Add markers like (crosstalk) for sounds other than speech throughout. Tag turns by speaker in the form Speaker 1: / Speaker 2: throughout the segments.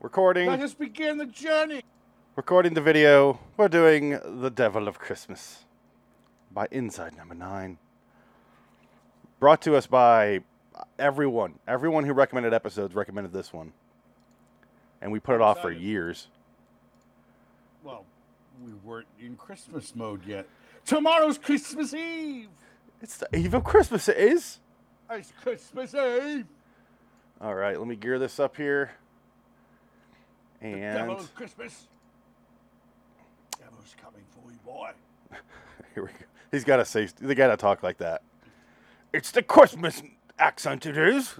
Speaker 1: Recording,
Speaker 2: Let us begin the journey.
Speaker 1: recording the video. We're doing "The Devil of Christmas" by Inside Number Nine. Brought to us by everyone. Everyone who recommended episodes recommended this one, and we put it off for
Speaker 2: Excited.
Speaker 1: years.
Speaker 2: Well, we weren't in Christmas mode yet. Tomorrow's Christmas Eve.
Speaker 1: It's the eve of Christmas. It is.
Speaker 2: It's Christmas Eve.
Speaker 1: All right, let me gear this up here.
Speaker 2: The
Speaker 1: And
Speaker 2: devil of Christmas. Devil's coming for you, boy.
Speaker 1: (laughs) here we go. He's got to say they got to talk like that. It's the Christmas accent. It is.
Speaker 2: It's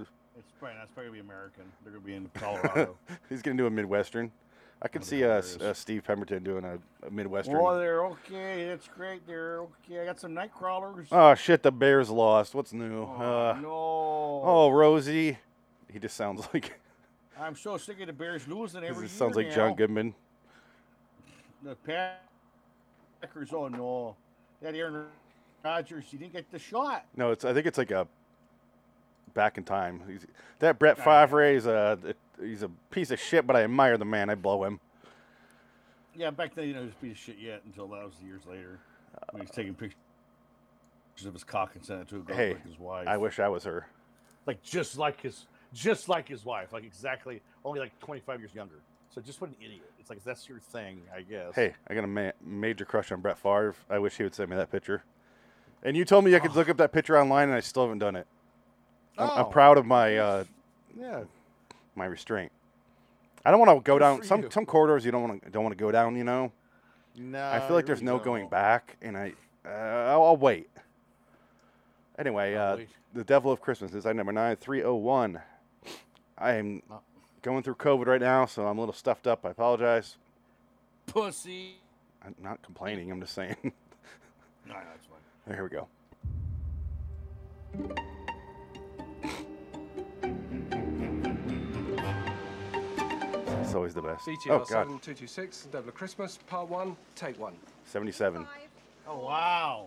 Speaker 2: probably that's probably gonna be American. They're
Speaker 1: (laughs)
Speaker 2: gonna be in Colorado.
Speaker 1: He's gonna do a midwestern. I can
Speaker 2: That'd be
Speaker 1: see uh, S-
Speaker 2: hilarious.
Speaker 1: uh, Steve Pemberton doing a, a midwestern.
Speaker 2: well, they're okay. That's great. They're okay. I got some night crawlers.
Speaker 1: oh shit, the Bears lost. What's new?
Speaker 2: Oh,
Speaker 1: uh,
Speaker 2: no.
Speaker 1: Oh, Rosie. He just sounds (laughs) like
Speaker 2: I'm so sick of the Bears losing
Speaker 1: this
Speaker 2: every
Speaker 1: just sounds
Speaker 2: year
Speaker 1: like John
Speaker 2: now.
Speaker 1: Goodman.
Speaker 2: the Packers. Oh no, that Aaron Rodgers, he didn't get the shot.
Speaker 1: No, it's I think it's like a back in time. He's, that Brett
Speaker 2: Oh, yeah.
Speaker 1: Favre is a he's a piece of shit, but I admire the man. I blow him.
Speaker 2: Yeah, back then you know he was a piece of shit yet until that was years later when he was taking pictures of his cock and sent it to a girl
Speaker 1: Hey,
Speaker 2: like his wife.
Speaker 1: I wish I was her.
Speaker 3: like just like his just like his wife like exactly only like 25 years younger so just what an idiot it's like that's your thing i guess
Speaker 1: Hey, I got a ma- major crush on Brett Favre. I wish he would send me that picture. And you told me I could look up that picture online, and I still haven't done it. I'm, I'm
Speaker 3: Oh.
Speaker 1: proud of my uh,
Speaker 3: yeah
Speaker 1: my restraint. I don't want to go
Speaker 3: Good
Speaker 1: down
Speaker 3: for
Speaker 1: some
Speaker 3: you.
Speaker 1: some corridors. You don't want to don't want to go down. You know,
Speaker 3: no
Speaker 1: I feel like there's no going back, and I uh, I'll, I'll wait. Anyway,
Speaker 3: I'll
Speaker 1: uh,
Speaker 3: wait.
Speaker 1: the Devil of Christmas is item number nine three oh one. I am
Speaker 3: Uh.
Speaker 1: going through COVID right now, so I'm a little stuffed up. I apologize.
Speaker 2: pussy.
Speaker 1: I'm not complaining. I'm just saying. (laughs)
Speaker 2: No, no, that's fine.
Speaker 1: Here we go. It's always the best.
Speaker 4: CTR
Speaker 1: Oh, God.
Speaker 4: 7226, Devil of Christmas, Part 1, Take 1.
Speaker 1: 77.
Speaker 2: Oh wow,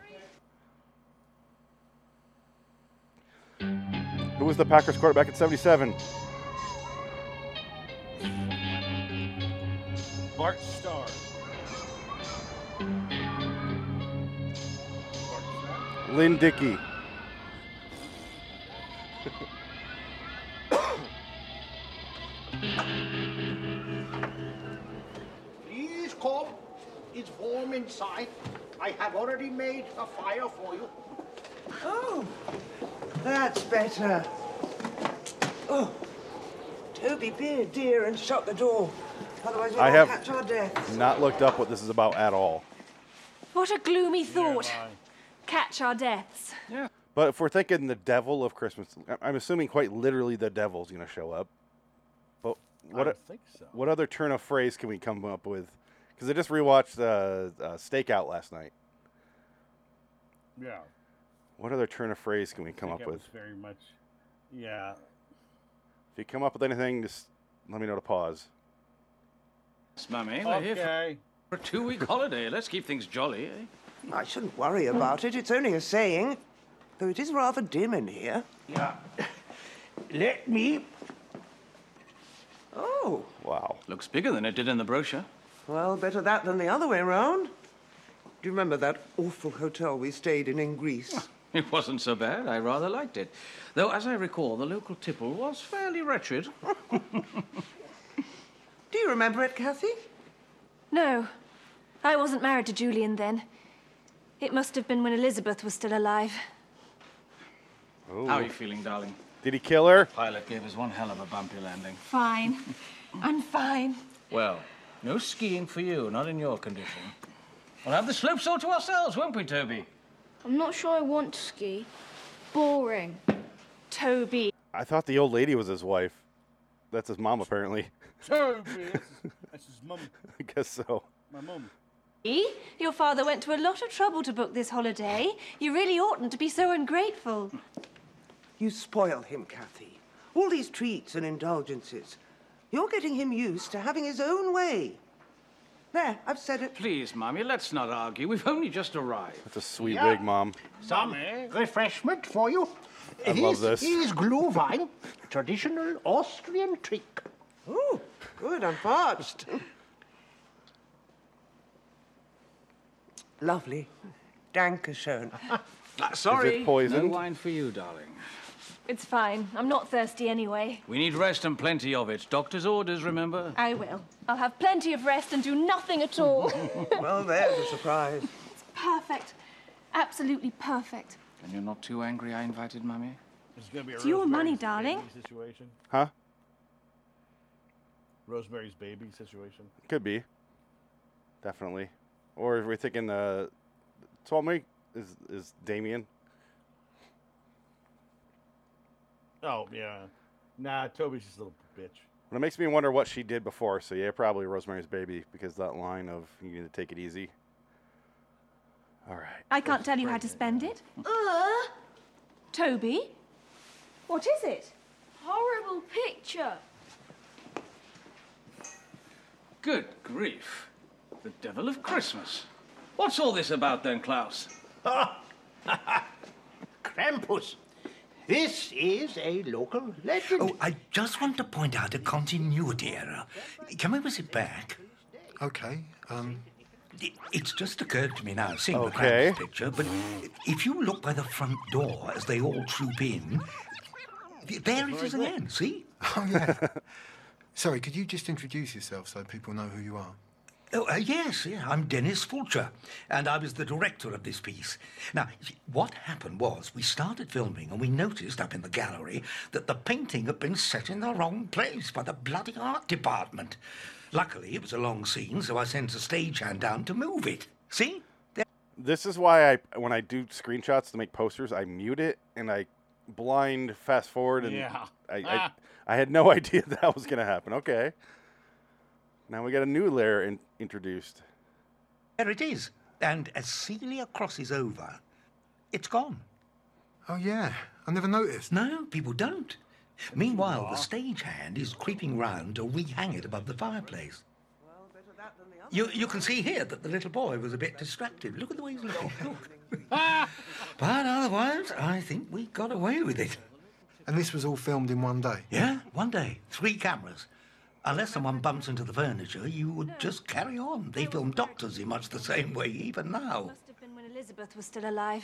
Speaker 1: Who was the Packers quarterback at 77?
Speaker 2: Bart Starr.
Speaker 1: Lynn Dickey.
Speaker 5: Please come. It's warm inside. I have already made a fire for you.
Speaker 6: Oh, that's better. Oh, Toby, be a dear and shut the door. Otherwise, we'll
Speaker 1: I
Speaker 6: all
Speaker 1: have-
Speaker 6: catch our death.
Speaker 1: Not looked up what this is about at all.
Speaker 7: What a gloomy thought.
Speaker 2: Nearby.
Speaker 7: Catch our deaths.
Speaker 1: But if we're thinking the devil of Christmas, I- I'm assuming quite literally the devil's going to show up. But
Speaker 2: I
Speaker 1: what,
Speaker 2: don't think so.
Speaker 1: what other turn of phrase can we come up with? Because I just rewatched uh, uh, Stakeout last night.
Speaker 2: Yeah,
Speaker 1: What other turn of phrase can we come
Speaker 2: think
Speaker 1: up
Speaker 2: that
Speaker 1: with?
Speaker 2: was very much. Yeah,
Speaker 1: If you come up with anything, just let me know to pause.
Speaker 8: Mummy, we're here
Speaker 2: okay.
Speaker 8: for a two-week holiday. Let's keep things jolly, eh?
Speaker 6: I shouldn't worry about it. It's only a saying. Though it is rather dim in here.
Speaker 5: Yeah. Let me.
Speaker 6: Oh,
Speaker 1: Wow.
Speaker 8: Looks bigger than it did in the brochure.
Speaker 6: well, better that than the other way round. Do you remember that awful hotel we stayed in in Greece?
Speaker 8: It wasn't so bad. I rather liked it. Though, as I recall, the local tipple was fairly
Speaker 6: (laughs)
Speaker 8: wretched.
Speaker 6: Do you remember it, Kathy?
Speaker 7: No, I wasn't married to Julian then. It must have been when Elizabeth was still alive.
Speaker 8: How are you feeling, darling?
Speaker 1: Did he kill her?
Speaker 8: Pilot gave us one hell of a bumpy landing.
Speaker 7: Fine. I'm fine.
Speaker 8: Well, no skiing for you, not in your condition. We'll have the slopes all to ourselves, won't we, Toby?
Speaker 9: I'm not sure I want to ski. Boring.
Speaker 7: Toby.
Speaker 1: I thought the old lady was his wife. That's his mom, apparently. (laughs)
Speaker 2: Toby, that's his- that's his mum.
Speaker 1: I guess so.
Speaker 2: My mum.
Speaker 7: E? Your father went to a lot of trouble to book this holiday. You really oughtn't to be so ungrateful.
Speaker 6: You spoil him, Kathy. All these treats and indulgences. You're getting him used to having his own way. There, I've said it.
Speaker 8: Please, Mummy, let's not argue. We've only just arrived.
Speaker 1: That's a sweet
Speaker 5: Yeah.
Speaker 1: wig, mom.
Speaker 5: Some refreshment for you.
Speaker 1: I love this.
Speaker 5: Here's Glühwein, traditional Austrian trick.
Speaker 6: Ooh, Good, I'm parched. Lovely.
Speaker 8: (laughs)
Speaker 6: Dankeschön.
Speaker 8: Sorry,
Speaker 1: poisoned?
Speaker 8: no wine for you, darling.
Speaker 7: It's fine. I'm not thirsty anyway.
Speaker 8: We need rest and plenty of it. Doctor's
Speaker 7: (laughs)
Speaker 8: orders, remember?
Speaker 7: I will. I'll have plenty of rest and do nothing at all.
Speaker 6: Well, there's a surprise.
Speaker 9: Perfect. Absolutely perfect.
Speaker 8: And you're not too angry I invited Mummy?
Speaker 2: It's gonna be a
Speaker 7: It's your money,
Speaker 2: Rosemary's
Speaker 7: darling.
Speaker 2: Baby situation.
Speaker 1: Huh?
Speaker 2: Rosemary's baby situation.
Speaker 1: Could be. Definitely. Or if we're thinking uh, Tommy is is Damien.
Speaker 2: Oh yeah. Nah, Toby's just a little bitch.
Speaker 1: And it makes me wonder what she did before. So yeah, probably Rosemary's Baby because that line of "you need to take it easy." All right.
Speaker 7: I can't tell you how to spend it.
Speaker 9: Uh,
Speaker 7: Toby? What is it?
Speaker 9: horrible picture.
Speaker 8: Good grief. The devil of Christmas. What's all this about then, Klaus?
Speaker 5: Krampus. This is a local legend.
Speaker 10: Oh, I just want to point out a continuity error. Can we whisk it back?
Speaker 11: Okay. Um,
Speaker 10: It- It's just occurred to me now, seeing the
Speaker 1: Okay.
Speaker 10: Krampus picture, but if you look by the front door as they all troop in, there it is again, see?
Speaker 11: (laughs) oh, yeah. Sorry, could you just introduce yourself so people know who you are?
Speaker 10: Oh, uh, yes, yeah, I'm Dennis Fulcher, and I was the director of this piece. Now, you see, what happened was we started filming and we noticed up in the gallery that the painting had been set in the wrong place by the bloody art department. Luckily, it was a long scene, so I sent a stagehand down to move it. See? There-
Speaker 1: This is why I when I do screenshots to make posters, I mute it and I blind fast forward and
Speaker 2: Yeah.
Speaker 1: I,
Speaker 2: Ah.
Speaker 1: I I had no (laughs) idea that was gonna happen. Okay. Now we got a new layer in, introduced.
Speaker 10: There it is. And as Celia crosses over, it's gone.
Speaker 11: Oh, yeah. I never noticed. Ah.
Speaker 10: No, people don't. Meanwhile, the stagehand is creeping round to rehang it above the fireplace.
Speaker 6: Well, better that than the other.
Speaker 10: You, you can see here that the little boy was a bit distracted. Look at the way
Speaker 11: (laughs)
Speaker 10: he's looking. Look. but otherwise, I think we got away with it.
Speaker 11: And this was all filmed in one day.
Speaker 10: Yeah, one day, three cameras. Unless someone bumps into the furniture, you would just carry on. They film doctors in much the same way, even now.
Speaker 7: Must have been when Elizabeth was still alive.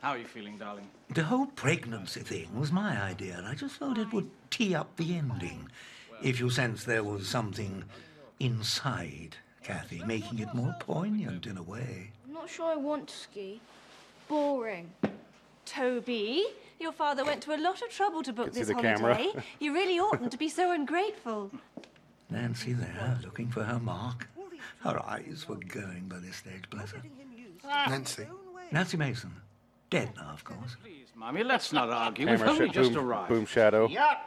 Speaker 8: How are you feeling, darling?
Speaker 10: The whole pregnancy thing was my idea. I just thought it would tee up the ending. If you sense there was something inside Kathy, making it more poignant in a way.
Speaker 9: I'm not sure I want to ski. Boring.
Speaker 7: Toby, your father went to a lot of trouble to book
Speaker 1: Can see
Speaker 7: this
Speaker 1: the
Speaker 7: holiday.
Speaker 1: camera.
Speaker 7: (laughs) You really oughtn't to be so ungrateful.
Speaker 10: Nancy there, looking for her mark. Her eyes were going by this stage, bless her.
Speaker 6: Getting him used
Speaker 11: Nancy.
Speaker 6: own way.
Speaker 10: Nancy Mason. Dead now, of course.
Speaker 8: Please, Mummy, let's not argue. We've
Speaker 1: Camera
Speaker 8: only
Speaker 1: shit,
Speaker 8: just
Speaker 1: boom,
Speaker 8: arrived.
Speaker 1: boom shadow.
Speaker 5: Yeah.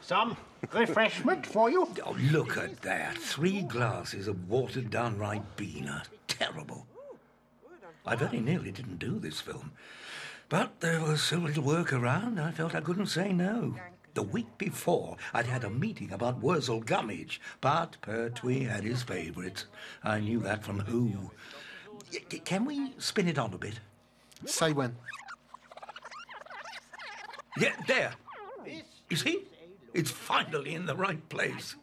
Speaker 5: Some refreshment for you.
Speaker 10: Oh, look at that. Three glasses of watered down Ribena. Terrible. I very nearly didn't do this film. But there was so little work around, I felt I couldn't say no. The week before, I'd had a meeting about Wurzel Gummidge, but Pertwee had his favourites. I knew that from who. Y- c- Can we spin it on a bit?
Speaker 11: Say when.
Speaker 10: Yeah, there. You see? It's finally in the right place.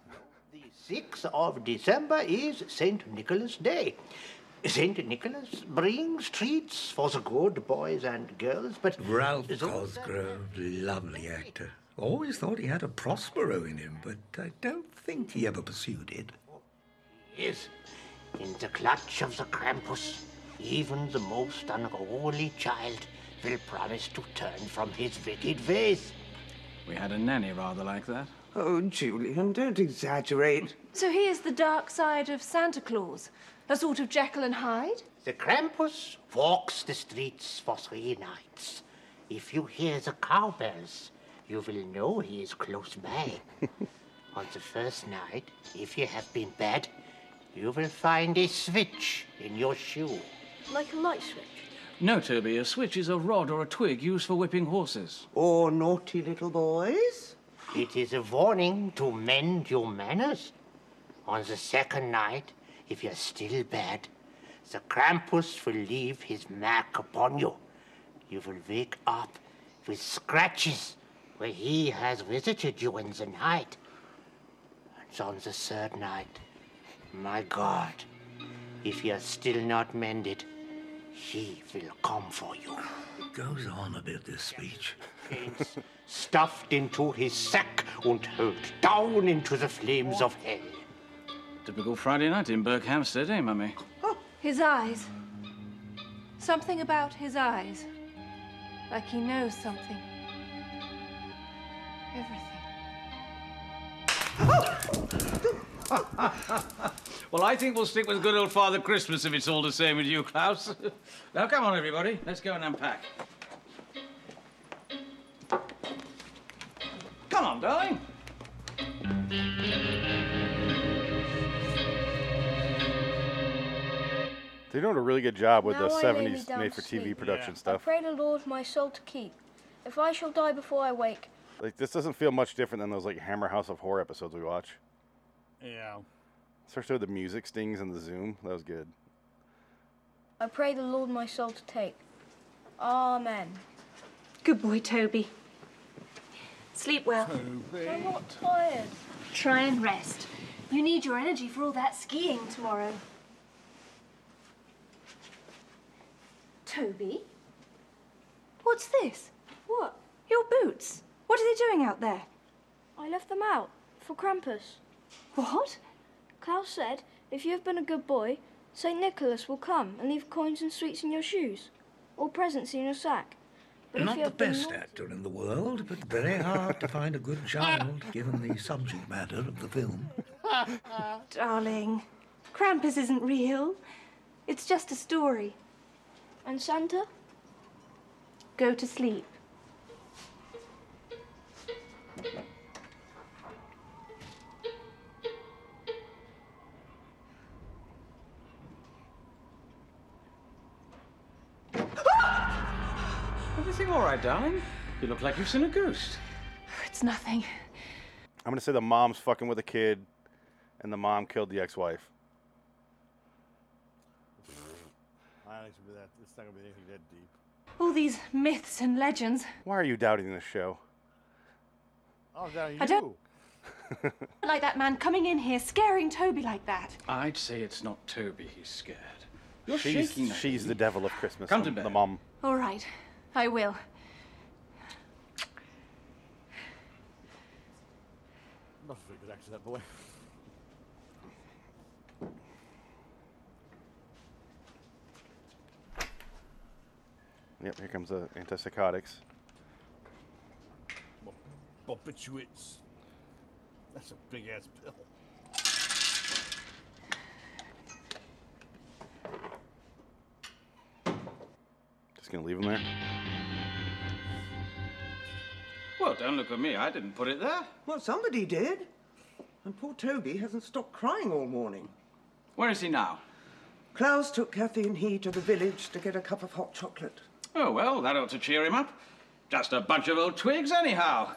Speaker 5: The 6th of December is St. Nicholas Day. St. Nicholas brings treats for the good boys and girls, but.
Speaker 10: Ralph
Speaker 5: the-
Speaker 10: Cosgrove, lovely actor. Always thought he had a Prospero in him, but I don't think he ever pursued it.
Speaker 5: Yes, in the clutch of the Krampus, even the most unruly child will promise to turn from his wicked ways.
Speaker 8: We had a nanny rather like that.
Speaker 6: Oh, Julian, don't exaggerate.
Speaker 7: So he is the dark side of Santa Claus, a sort of Jekyll and Hyde?
Speaker 5: The Krampus walks the streets for three nights. If you hear the cowbells, you will know he is close by. On the first night, if you have been bad, you will find a switch in your shoe.
Speaker 9: Like a light switch.
Speaker 8: No, Toby, a switch is a rod or a twig used for whipping horses.
Speaker 6: Or naughty little boys.
Speaker 5: It is a warning to mend your manners. On the second night, if you're still bad, the Krampus will leave his mark upon you. You will wake up with scratches where he has visited you in the night. It's on the third night. My God, if you're still not mended, he will come for you.
Speaker 10: Goes on a bit, this speech.
Speaker 5: Stuffed into his sack and hurled down into the flames of hell.
Speaker 8: Typical Friday night in Berkhamsted, eh, Mummy?
Speaker 7: His eyes. Something about his eyes. Like he knows something. Everything.
Speaker 8: Well, I think we'll stick with good old Father Christmas if it's all the same with you, Klaus. (laughs) now, come on, everybody. Let's go and unpack. Come on,
Speaker 1: (gasps)
Speaker 8: darling.
Speaker 1: They're doing a really good job with
Speaker 9: Now
Speaker 1: the
Speaker 9: I lay me
Speaker 1: 70s
Speaker 9: down
Speaker 1: made for
Speaker 9: to
Speaker 1: TV
Speaker 9: sleep.
Speaker 1: production
Speaker 9: I
Speaker 1: stuff.
Speaker 9: pray the Lord my soul to keep. If I shall die before I wake,
Speaker 1: Like this doesn't feel much different than those like Hammer House of Horror episodes we watch.
Speaker 2: Yeah.
Speaker 1: Especially with the music stings and the zoom. That was good.
Speaker 9: I pray the Lord my soul to take. Amen.
Speaker 7: Good boy, Toby. Sleep well.
Speaker 9: I'm not tired.
Speaker 7: Try and rest. You need your energy for all that skiing tomorrow. Toby? What's this? What? Your boots? What are they doing out there?
Speaker 9: I left them out for Krampus.
Speaker 7: What?
Speaker 9: Klaus said, if you have been a good boy, St. Nicholas will come and leave coins and sweets in your shoes, or presents in your sack. But if
Speaker 10: Not
Speaker 9: you
Speaker 10: the
Speaker 9: have been
Speaker 10: best
Speaker 9: naughty-
Speaker 10: actor in the world, but very hard to find a good child given the subject matter of the film.
Speaker 7: Darling, Krampus isn't real. It's just a story.
Speaker 9: And Santa?
Speaker 7: Go to sleep.
Speaker 8: Everything all right, darling? You look like you've seen a ghost.
Speaker 7: It's nothing.
Speaker 1: I'm gonna say the mom's fucking with a kid, and the mom killed the ex-wife.
Speaker 2: I think it's gonna be that- it's not going to be anything that deep.
Speaker 7: All these myths and legends.
Speaker 1: Why are you doubting this show?
Speaker 2: Oh,
Speaker 4: (laughs)
Speaker 1: (laughs)
Speaker 2: now you.
Speaker 7: I don't like that man coming in here scaring Toby like that.
Speaker 8: I'd say it's not Toby he's scared. You're
Speaker 1: she's
Speaker 8: shaking. that
Speaker 1: she's the devil of Christmas.
Speaker 8: Come to
Speaker 1: the-
Speaker 8: bed.
Speaker 1: The mom.
Speaker 7: All right, I will.
Speaker 2: Must have been good actor, that boy.
Speaker 1: Yep, here comes the antipsychotics.
Speaker 2: Barbiturates. That's a big ass pill.
Speaker 1: Just gonna leave him there.
Speaker 8: Well, don't look at me. I didn't put it there.
Speaker 6: Well, somebody did. And poor Toby hasn't stopped crying all morning.
Speaker 8: Where is he now?
Speaker 6: Klaus took Kathy and he to the village to get a cup of hot chocolate.
Speaker 8: Oh, well, that ought to cheer him up. Just a bunch of old twigs, anyhow.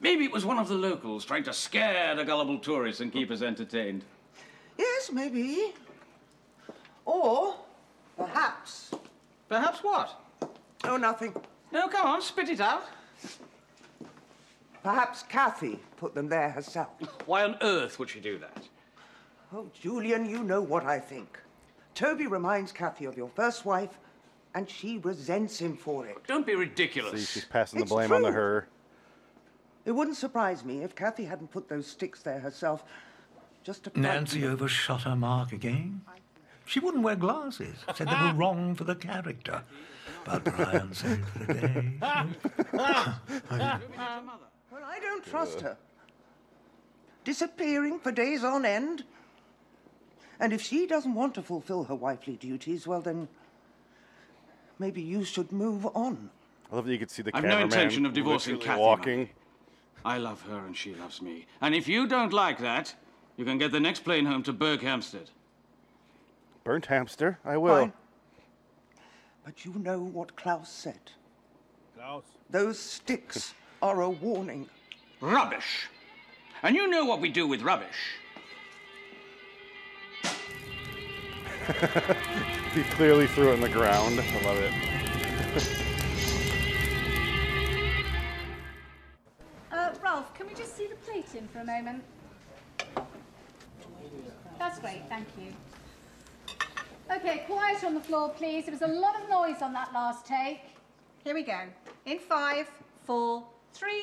Speaker 8: Maybe it was one of the locals trying to scare the gullible tourists and keep us entertained.
Speaker 6: Yes, maybe. Or perhaps.
Speaker 8: Perhaps what?
Speaker 6: Oh, nothing.
Speaker 8: No, come on, spit it out.
Speaker 6: Perhaps Kathy put them there herself.
Speaker 8: Why on earth would she do that?
Speaker 6: Oh, Julian, you know what I think. Toby reminds Kathy of your first wife, and she resents him for it.
Speaker 8: Don't be ridiculous.
Speaker 1: See, she's passing
Speaker 6: It's
Speaker 1: the blame on the her.
Speaker 6: It wouldn't surprise me if Kathy hadn't put those sticks there herself, just to.
Speaker 10: Nancy overshot her mark again. She wouldn't wear glasses. Said
Speaker 9: (laughs)
Speaker 10: they were wrong for the character. But Brian saved
Speaker 9: (laughs)
Speaker 10: the day.
Speaker 6: Um, Well, I don't trust her. Disappearing for days on end. And if she doesn't want to fulfill her wifely duties, well then, maybe you should move on.
Speaker 1: I love that you could see the
Speaker 8: I've no
Speaker 1: cameraman
Speaker 8: intention of divorcing
Speaker 1: literally
Speaker 8: Kathy,
Speaker 1: Walking.
Speaker 8: I love her and she loves me. And if you don't like that, you can get the next plane home to Berghamsted.
Speaker 1: Burnt hamster. I will.
Speaker 6: Fine. But you know what Klaus said.
Speaker 2: Klaus?
Speaker 6: Those sticks are a warning.
Speaker 8: Rubbish. And you know what we do with rubbish.
Speaker 1: He clearly threw it in the ground. I love it.
Speaker 12: Uh, Ralph, can we just see the plate in for a moment? That's great, thank you. Okay, quiet on the floor, please. There was a lot of noise on that last take. Here we go. In five, four, three.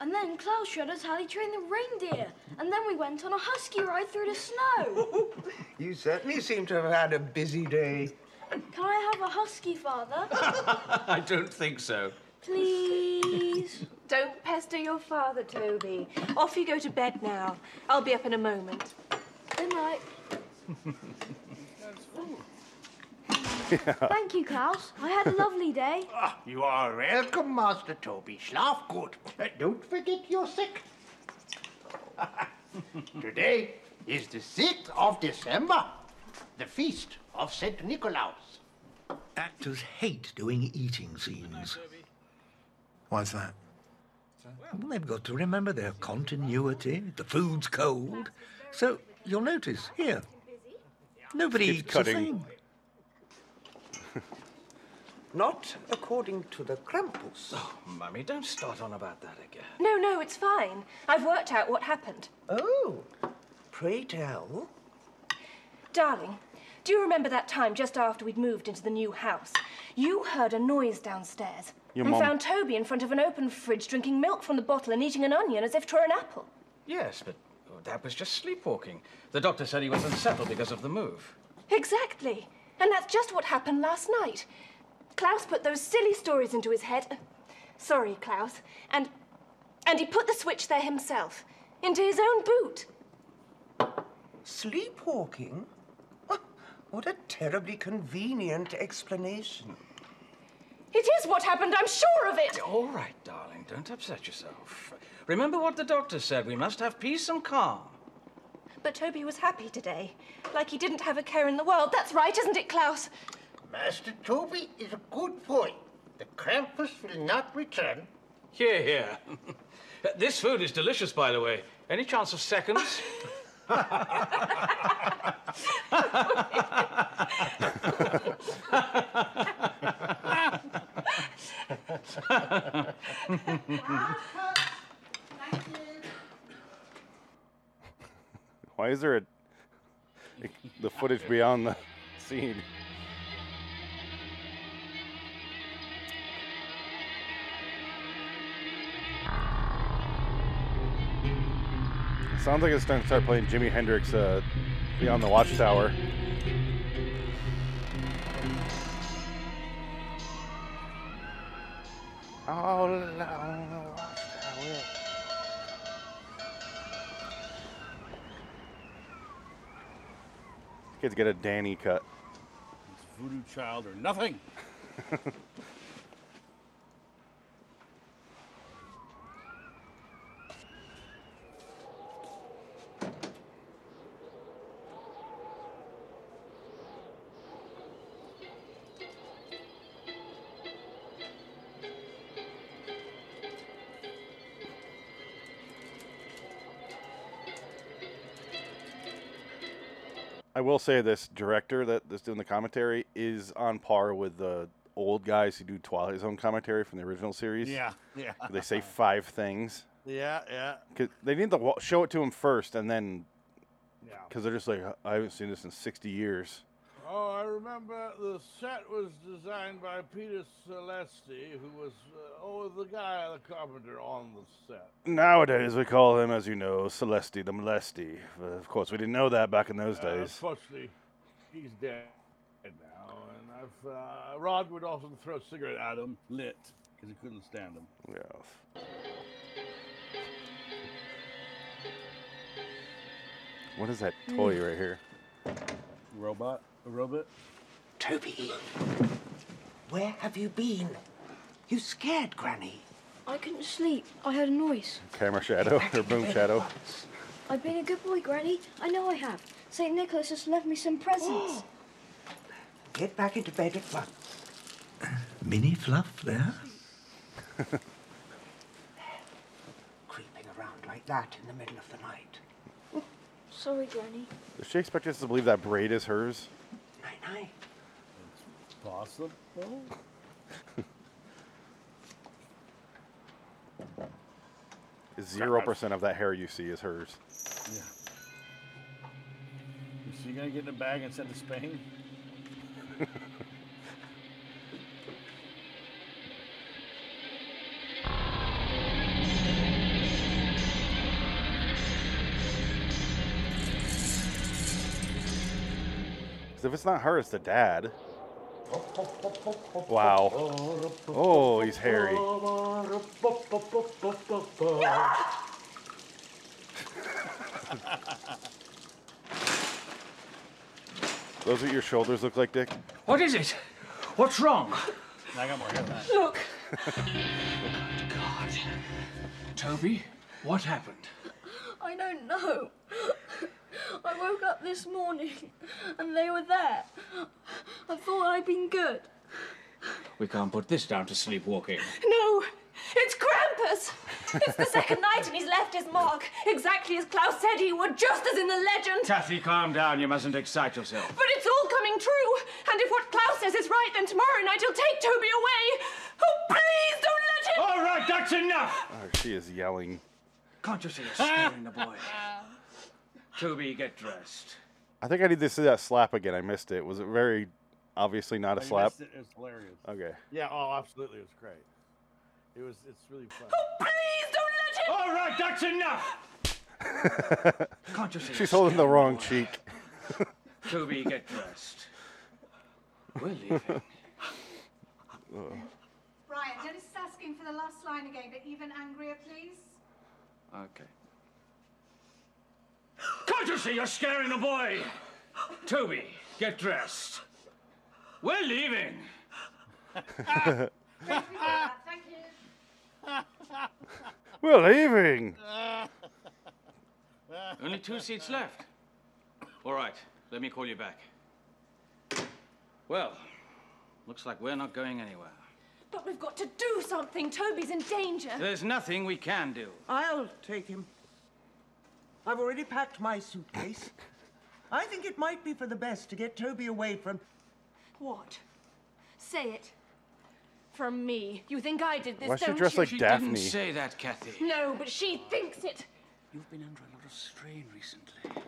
Speaker 9: And then Klaus showed us how he trained the reindeer. And then we went on a husky ride through the snow.
Speaker 6: You certainly seem to have had a busy day.
Speaker 9: Can I have a husky,
Speaker 10: (laughs)
Speaker 9: Father?
Speaker 8: (laughs) I don't think so.
Speaker 7: Please. (laughs) Don't pester your father, Toby. Off you go to bed now. I'll be up in a moment.
Speaker 9: Good night.
Speaker 1: Yeah.
Speaker 9: Thank you, Klaus. I had a lovely day.
Speaker 5: Ah, You are welcome, Master Toby. Schlaf good. Uh, don't forget you're sick. Today is the 6th of December, the feast of St. Nicholas.
Speaker 10: Actors hate doing eating scenes.
Speaker 11: Why's that?
Speaker 10: Well, they've got to remember their continuity. The food's cold. So you'll notice here, nobody
Speaker 1: Keeps
Speaker 10: eats
Speaker 1: cutting.
Speaker 10: a thing.
Speaker 6: (laughs) Not according to the Krampus.
Speaker 8: Mummy, don't start on about that again.
Speaker 7: No, no, it's fine. I've worked out what happened.
Speaker 6: Oh, pray tell.
Speaker 7: Darling, do you remember that time just after we'd moved into the new house? You heard a noise downstairs
Speaker 1: Your
Speaker 7: and
Speaker 1: mum.
Speaker 7: found Toby in front of an open fridge drinking milk from the bottle and eating an onion as if 'twere an apple.
Speaker 8: Yes, but that was just sleepwalking. The doctor said he was unsettled because of the move.
Speaker 7: Exactly. And that's just what happened last night. Klaus put those silly stories into his head. Sorry, Klaus. And and he put the switch there himself. Into his own boot.
Speaker 6: Sleepwalking? What a terribly convenient explanation.
Speaker 7: It is what happened, I'm sure of it.
Speaker 8: All right, darling, don't upset yourself. Remember what the doctor said. We must have peace and calm.
Speaker 7: But Toby was happy today. Like he didn't have a care in the world. That's right, isn't it, Klaus?
Speaker 5: Master Toby is a good boy. The Krampus will not return.
Speaker 8: Here, here. (laughs) this food is delicious, by the way. Any chance of (laughs) seconds?
Speaker 1: Why is there a, the footage beyond the scene? Sounds like it's time to start playing Jimi Hendrix uh, Beyond the Watchtower. All along the watchtower. Kids get a Danny cut.
Speaker 2: It's voodoo child or nothing.
Speaker 1: I will say this director that that's doing the commentary is on par with the old guys who do Twilight Zone commentary from the original series.
Speaker 2: Yeah, yeah.
Speaker 1: They say five things.
Speaker 2: Yeah, yeah.
Speaker 1: 'Cause they need to wa- show it to him first, and then because they're just like, I haven't seen this in sixty years.
Speaker 2: Oh, I remember the set was designed by Peter Celesti, who was uh, oh the guy, the carpenter on the set.
Speaker 1: Nowadays, we call him, as you know, Celesti the Molesti. But of course, we didn't know that back in those
Speaker 2: Uh,
Speaker 1: days.
Speaker 2: unfortunately, he's dead now, and I've uh, Rod would often throw a cigarette at him, lit, because he couldn't stand him.
Speaker 1: Yeah. What is that toy right here?
Speaker 2: Robot, a robot.
Speaker 6: Toby, where have you been? You scared Granny.
Speaker 9: I couldn't sleep. I heard a noise.
Speaker 1: Camera shadow (laughs) or boom shadow?
Speaker 9: I've been a good boy, Granny. I know I have. St. Nicholas has left me some
Speaker 6: Oh.
Speaker 9: presents.
Speaker 6: Get back into bed at once.
Speaker 10: Mini fluff there. (laughs)
Speaker 6: Creeping around like that in the middle of the night.
Speaker 9: Sorry, Granny.
Speaker 1: Does she expect us to believe that braid is hers?
Speaker 6: Night night.
Speaker 2: Possible.
Speaker 1: Zero percent of that hair you see is hers.
Speaker 2: So you're gonna get in a bag and send to Spain?
Speaker 1: Because if it's not her, it's the dad. Wow. Oh, he's hairy. Those what your shoulders look like, Dick?
Speaker 8: What is it? What's wrong?
Speaker 2: I got more hair than that.
Speaker 7: Look.
Speaker 8: God. Toby, what happened?
Speaker 9: (gasps) I don't know. (laughs) I woke up this morning (laughs) and they were there. I thought I'd been good.
Speaker 8: We can't put this down to sleepwalking.
Speaker 7: No, it's Krampus. It's the second (laughs) night and he's left his mark, exactly as Klaus said he would, just as in the legend.
Speaker 8: Taffy, calm down. You mustn't excite yourself.
Speaker 7: But it's all coming true, and if what Klaus says is right, then tomorrow night he'll take Toby away. Oh, please don't let him.
Speaker 8: All right, that's enough.
Speaker 1: Oh, she is yelling.
Speaker 8: Can't you see us scaring the boy? Toby, get dressed.
Speaker 1: I think I need to see that slap again. I missed it. Was it very obviously not a
Speaker 2: Oh, you
Speaker 1: slap?
Speaker 2: missed It. it was hilarious.
Speaker 1: Okay.
Speaker 2: Yeah, oh, absolutely. It was great. It was, it's really fun.
Speaker 7: Please don't let him.
Speaker 8: All right, that's enough. Can't you see
Speaker 1: (laughs) She's
Speaker 8: us
Speaker 1: holding the
Speaker 8: scaring
Speaker 1: wrong cheek.
Speaker 8: Toby, get dressed.
Speaker 1: (laughs)
Speaker 8: We're leaving.
Speaker 1: Uh,
Speaker 12: Brian, don't just asking for the last line again, but even angrier, please.
Speaker 8: Okay. Can't you see you're scaring the boy? Toby, get dressed. We're leaving.
Speaker 12: Great, we did that. Thank you.
Speaker 1: We're leaving.
Speaker 8: Only two seats left. All right, let me call you back. Well, looks like we're not going anywhere.
Speaker 7: But we've got to do something. Toby's in danger.
Speaker 8: There's nothing we can do.
Speaker 6: I'll take him. I've already packed my suitcase. I think it might be for the best to get Toby away from.
Speaker 7: What? Say it. From me. You think I did this,
Speaker 1: Why's she
Speaker 7: don't
Speaker 1: dressed
Speaker 7: you? Hmm?
Speaker 1: like She didn't Daphne?
Speaker 8: Say that, Kathy.
Speaker 7: No, but she thinks it.
Speaker 8: You've been under a lot of strain recently.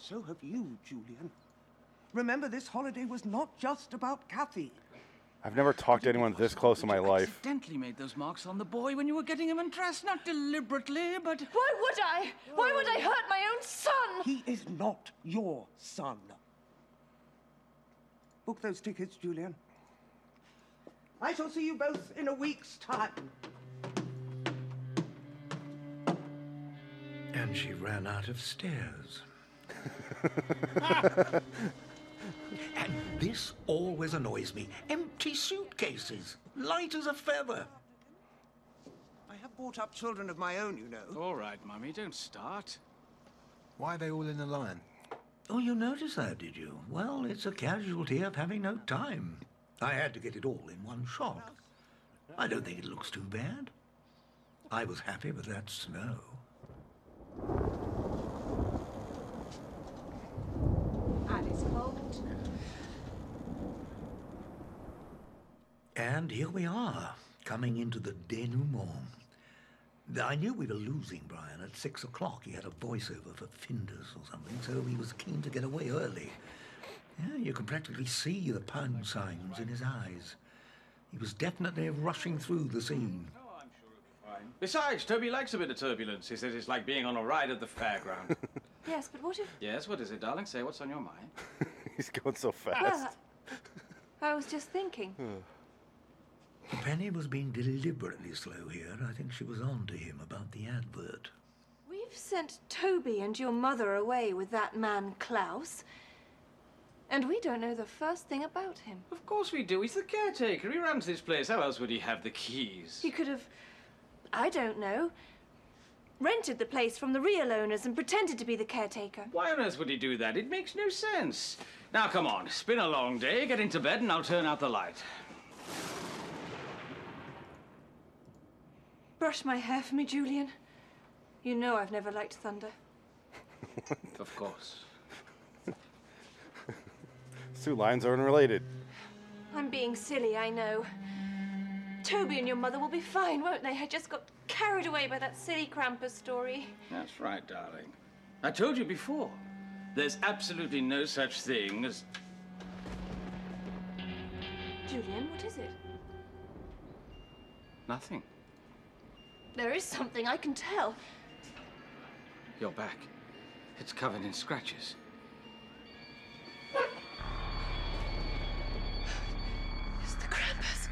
Speaker 6: So have you, Julian. Remember, this holiday was not just about Kathy.
Speaker 1: I've never talked to anyone this close in my life. (laughs)
Speaker 8: Accidentally made those marks on the boy when you were getting him undressed, not deliberately, but.
Speaker 7: Why would I? Why would I hurt my own son?
Speaker 6: He is not your son. Book those tickets, Julian. I shall see you both in a week's time.
Speaker 10: And she ran out of stairs. and this always annoys me. Empty suitcases, light as a feather.
Speaker 6: I have brought up children of my own, you know.
Speaker 8: All right, Mummy, don't start.
Speaker 11: Why are they all in a line?
Speaker 10: Oh, you noticed that, did you? Well, it's a casualty of having no time. I had to get it all in one shot. I don't think it looks too bad. I was happy with that snow.
Speaker 12: And it's cold.
Speaker 10: And here we are, coming into the denouement. I knew we were losing Brian at six o'clock. He had a voiceover for Finders or something, so he was keen to get away early. Yeah, you can practically see the pound signs in his eyes. He was definitely rushing through the scene.
Speaker 8: Besides, Toby likes a bit of turbulence. He says it's like being on a ride at
Speaker 7: (laughs)
Speaker 8: the fairground.
Speaker 7: Yes, but what if.
Speaker 8: yes, what is it, darling? Say what's on your mind.
Speaker 1: He's going so
Speaker 7: Well,
Speaker 1: fast.
Speaker 7: I was just thinking.
Speaker 10: Penny was being deliberately slow here. I think she was on to him about the advert.
Speaker 7: We've sent Toby and your mother away with that man Klaus, and we don't know the first thing about him.
Speaker 8: Of course we do. He's the caretaker. He runs this place. How else would he have the keys?
Speaker 7: He could have, I don't know, rented the place from the real owners and pretended to be the caretaker.
Speaker 8: Why on earth would he do that? It makes no sense. Now, come on. It's been a long day. Get into bed and I'll turn out the light.
Speaker 7: Brush my hair for me, Julian. You know I've never liked thunder.
Speaker 8: Of course.
Speaker 1: (laughs) Two lines are unrelated.
Speaker 7: I'm being silly, I know. Toby and your mother will be fine, won't they? I just got carried away by that silly Krampus story.
Speaker 8: That's right, darling. I told you before. There's absolutely no such thing as.
Speaker 7: Julian, what is it?
Speaker 8: Nothing.
Speaker 7: There is something I can tell.
Speaker 8: You're back. It's covered in scratches.
Speaker 7: It's the Krampus.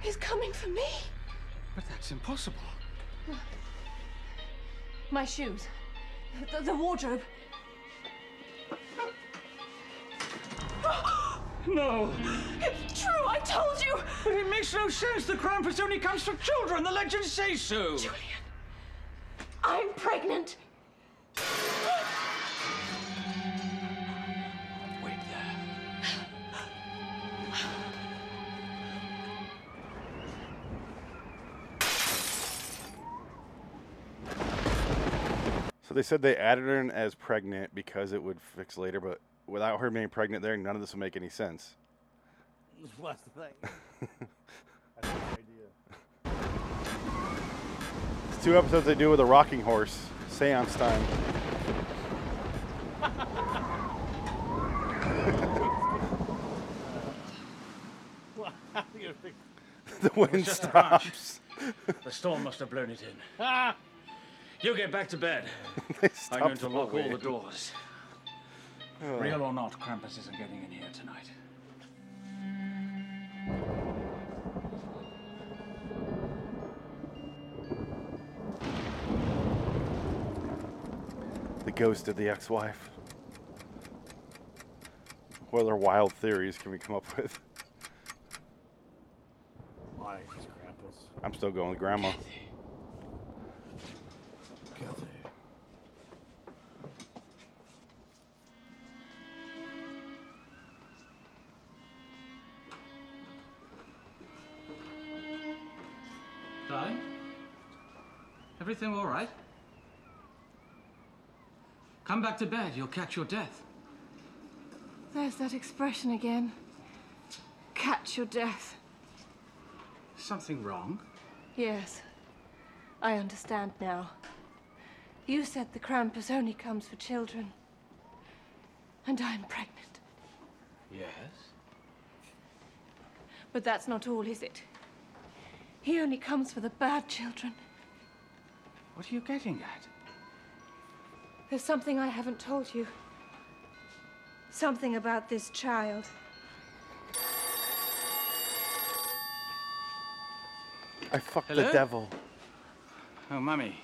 Speaker 7: He's coming for me.
Speaker 8: But that's
Speaker 7: (gasps)
Speaker 8: impossible.
Speaker 7: My shoes. The, the wardrobe.
Speaker 8: No!
Speaker 7: It's true, I told you!
Speaker 8: But it makes no sense. The Krampus only comes for children. The legends say so. Julian,
Speaker 7: I'm pregnant.
Speaker 8: Wait there.
Speaker 1: So they said they added her in as pregnant because it would fix later, but without her being pregnant there, none of this would make any sense.
Speaker 3: What's the thing? That's a good idea.
Speaker 1: It's two episodes they do with a rocking horse, seance time. (laughs)
Speaker 8: (laughs)
Speaker 3: How you gonna fix-
Speaker 1: The wind
Speaker 8: Just a hunch.
Speaker 1: stops.
Speaker 8: the storm must have blown it in. You get back to bed.
Speaker 1: They
Speaker 8: I'm
Speaker 1: stop
Speaker 8: going to
Speaker 1: the
Speaker 8: lock all
Speaker 1: wind.
Speaker 8: the doors.
Speaker 1: Oh.
Speaker 8: Real or not, Krampus isn't getting in here tonight.
Speaker 1: The ghost of the ex-wife. What other wild theories can we come up with?
Speaker 3: Why is Krampus?
Speaker 1: I'm still going with grandma.
Speaker 8: Darling? Everything all right? Come back to bed. You'll catch your death.
Speaker 7: There's that expression again. Catch your death.
Speaker 8: Something wrong?
Speaker 7: Yes. I understand now. You said the Krampus only comes for children. And I'm pregnant.
Speaker 8: Yes.
Speaker 7: But that's not all, is it? He only comes for the bad children.
Speaker 8: What are you getting at?
Speaker 7: There's something I haven't told you. Something about this child.
Speaker 1: I fucked the
Speaker 8: Hello?
Speaker 1: devil.
Speaker 8: Oh, Mummy,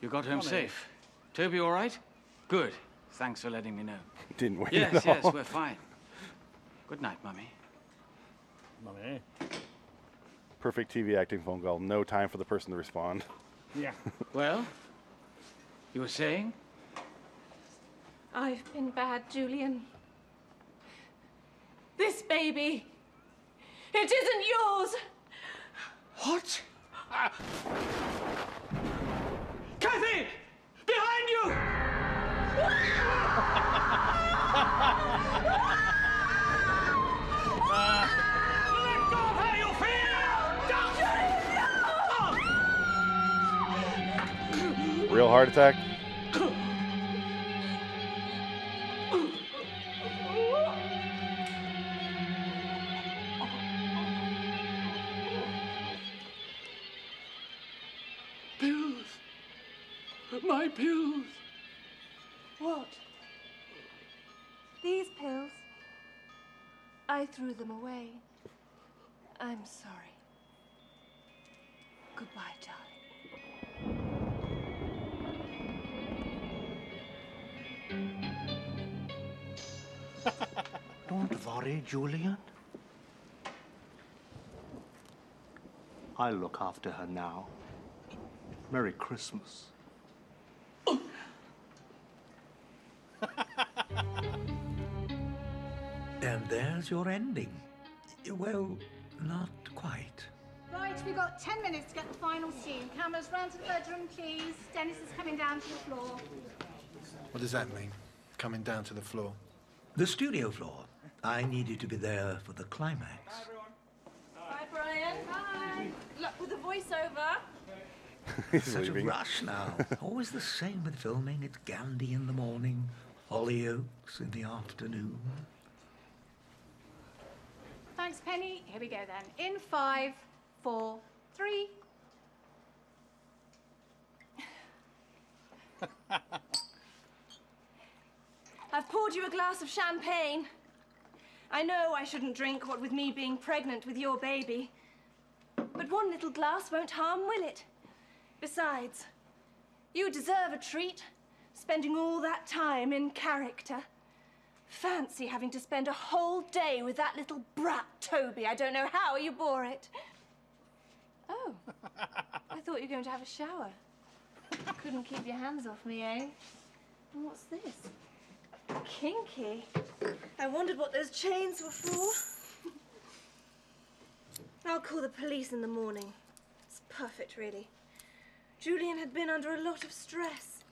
Speaker 8: you got home
Speaker 1: Mummy.
Speaker 8: safe. Toby, all right? Good. Thanks for letting me know.
Speaker 1: Didn't (laughs) wait
Speaker 8: Yes,
Speaker 1: at
Speaker 8: yes,
Speaker 1: all.
Speaker 8: we're fine. Good night, Mummy.
Speaker 3: Mummy.
Speaker 1: Perfect TV acting phone call. No time for the person to respond.
Speaker 3: Yeah.
Speaker 8: Well, you were saying?
Speaker 7: I've been bad, Julian. This baby. It isn't yours.
Speaker 8: What? Kathy! Behind you!
Speaker 1: Real heart attack?
Speaker 8: Pills. My pills.
Speaker 7: What? These pills. I threw them away. I'm sorry. Goodbye, darling.
Speaker 5: Don't worry, Julian.
Speaker 13: I'll look after her now. Merry Christmas.
Speaker 10: (laughs) And there's your ending. Well, not quite.
Speaker 12: Right, we've got 10 minutes to get the final scene. Cameras, round to the bedroom, please. Dennis is coming down to the floor.
Speaker 11: What does that mean? Coming down to the floor. (laughs)
Speaker 10: The studio floor. I needed to be there for the climax.
Speaker 7: Bye, Brian.
Speaker 14: with the voiceover.
Speaker 1: He's
Speaker 10: Such
Speaker 1: leaving.
Speaker 10: a rush now. Always the same with filming. It's Gandhi in the morning, Hollyoaks in the afternoon.
Speaker 12: Thanks, Penny. Here we go then. In five, four, three.
Speaker 7: I've poured you a glass of champagne. I know I shouldn't drink, what with me being pregnant with your baby. But one little glass won't harm, will it? Besides, you deserve a treat, spending all that time in character. Fancy having to spend a whole day with that little brat, Toby. I don't know how you bore it. Oh, I thought you were going to have a shower. Couldn't keep your hands off me, eh? And What's this? Kinky. I wondered what those chains were for. I'll call the police in the morning. It's perfect, really. Julian had been under a lot of stress.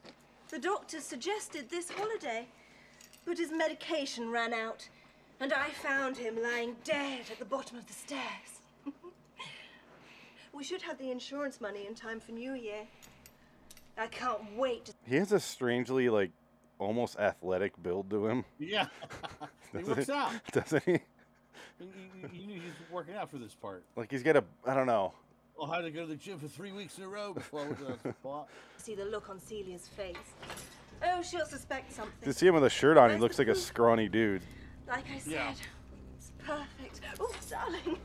Speaker 7: The doctor suggested this holiday, but his medication ran out, and I found him lying dead at the bottom of the stairs. (laughs) we should have the insurance money in time for New Year. I can't wait to
Speaker 1: He has a strangely like almost athletic build to him. (laughs)
Speaker 3: Yeah. (laughs) he works
Speaker 1: Doesn't-
Speaker 3: out.
Speaker 1: (laughs) doesn't he?
Speaker 3: He- he- he- he's working out for this part.
Speaker 1: Like he's got a I don't know.
Speaker 3: I'll have to go to the gym for three weeks in a row before I went to
Speaker 1: (laughs)
Speaker 3: that spot.
Speaker 7: see the look on Celia's face. Oh, she'll suspect something.
Speaker 1: To see him with a shirt on, he looks like a scrawny dude.
Speaker 7: Like I said,
Speaker 1: Yeah.
Speaker 7: it's perfect. Oh, darling,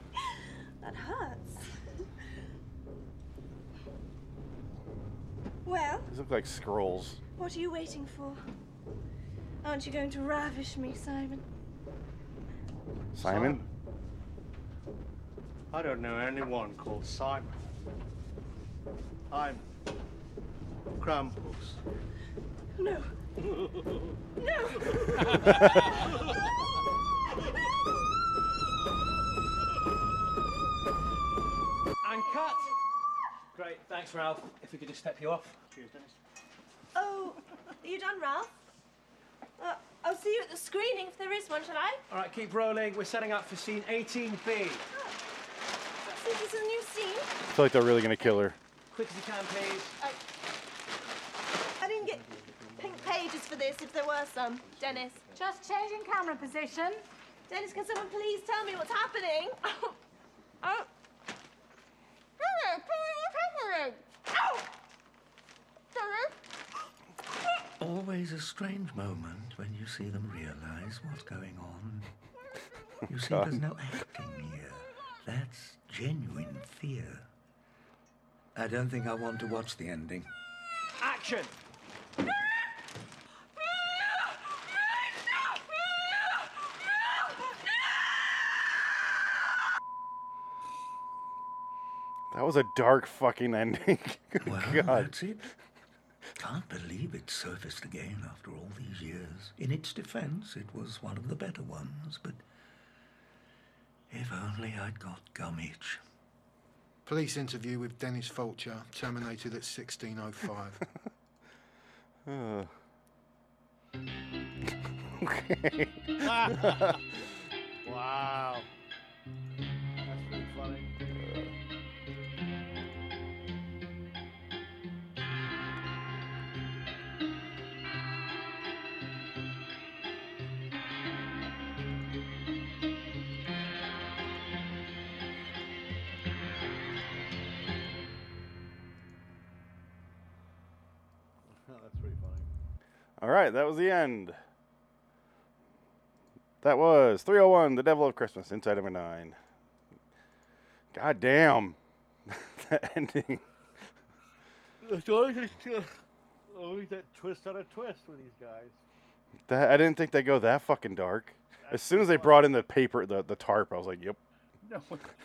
Speaker 7: that hurts. Well,
Speaker 1: These look like scrolls.
Speaker 7: what are you waiting for? Aren't you going to ravish me, Simon?
Speaker 1: Simon?
Speaker 13: I don't know anyone called Simon. I'm (laughs) Krampus.
Speaker 7: No. No.
Speaker 15: And cut. Great, thanks, Ralph. If we could just step you off. Cheers, Dennis.
Speaker 7: Oh, are you done, Ralph? Uh, I'll see you at the screening if there is one, shall I?
Speaker 15: All right, keep rolling. We're setting up for scene 18B.
Speaker 7: Since this is a new scene.
Speaker 1: I feel like they're really gonna kill her.
Speaker 15: Quick as you can, please.
Speaker 7: I didn't get pink pages for this, if there were some. Dennis. Just changing camera position. Dennis, can someone please tell me what's happening? (laughs) oh. Dennis, tell me what's happening. Ow! Dennis?
Speaker 10: Always a strange moment when you see them realise what's going on. You see, there's no acting here. That's genuine fear. I don't think I want to watch the ending.
Speaker 15: Action.
Speaker 1: That was a dark fucking ending. (laughs) Good
Speaker 10: Well,
Speaker 1: God.
Speaker 10: that's it. Can't believe it surfaced again after all these years. In its defense, it was one of the better ones, but if only I'd got gum itch.
Speaker 11: Police interview with Dennis Fulcher, terminated at 16.05.
Speaker 1: Ugh.
Speaker 11: okay.
Speaker 3: wow. That's pretty funny. (laughs) That's pretty funny.
Speaker 1: All right, that was the end. That was 301, The Devil of Christmas, Inside of a Nine. God damn. (laughs) that ending.
Speaker 3: It's always, a, (laughs) always that twist on a twist with these guys.
Speaker 1: That, I didn't think they'd go that fucking dark. As soon as they brought in the paper, the, the tarp, I was like, yep.
Speaker 2: No,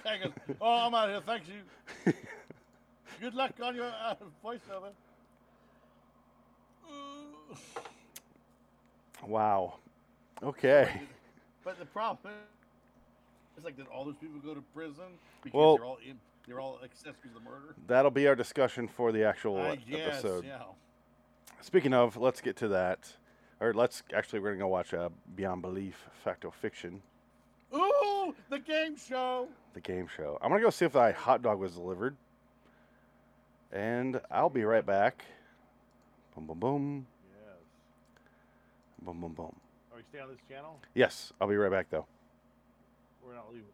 Speaker 2: I goes, oh, I'm out of here. Thanks you. Good luck on your uh, voiceover.
Speaker 1: Wow. Okay.
Speaker 2: But the problem is, like, did all those people go to prison because
Speaker 1: Well-
Speaker 2: they're all in, they're all accessories to the murder?
Speaker 1: (laughs) That'll be our discussion for the actual
Speaker 2: I
Speaker 1: uh,
Speaker 2: guess,
Speaker 1: episode.
Speaker 2: yeah.
Speaker 1: Speaking of, let's get to that. Or let's actually, we're going to go watch uh, Beyond Belief, Fact or Fiction,
Speaker 2: Ooh, the game show.
Speaker 1: the game show. I'm going to go see if my hot dog was delivered. And I'll be right back. Boom, boom, boom.
Speaker 2: Yes.
Speaker 1: Boom, boom, boom.
Speaker 2: Are we staying on this channel?
Speaker 1: Yes, I'll be right back, though.
Speaker 2: We're not leaving.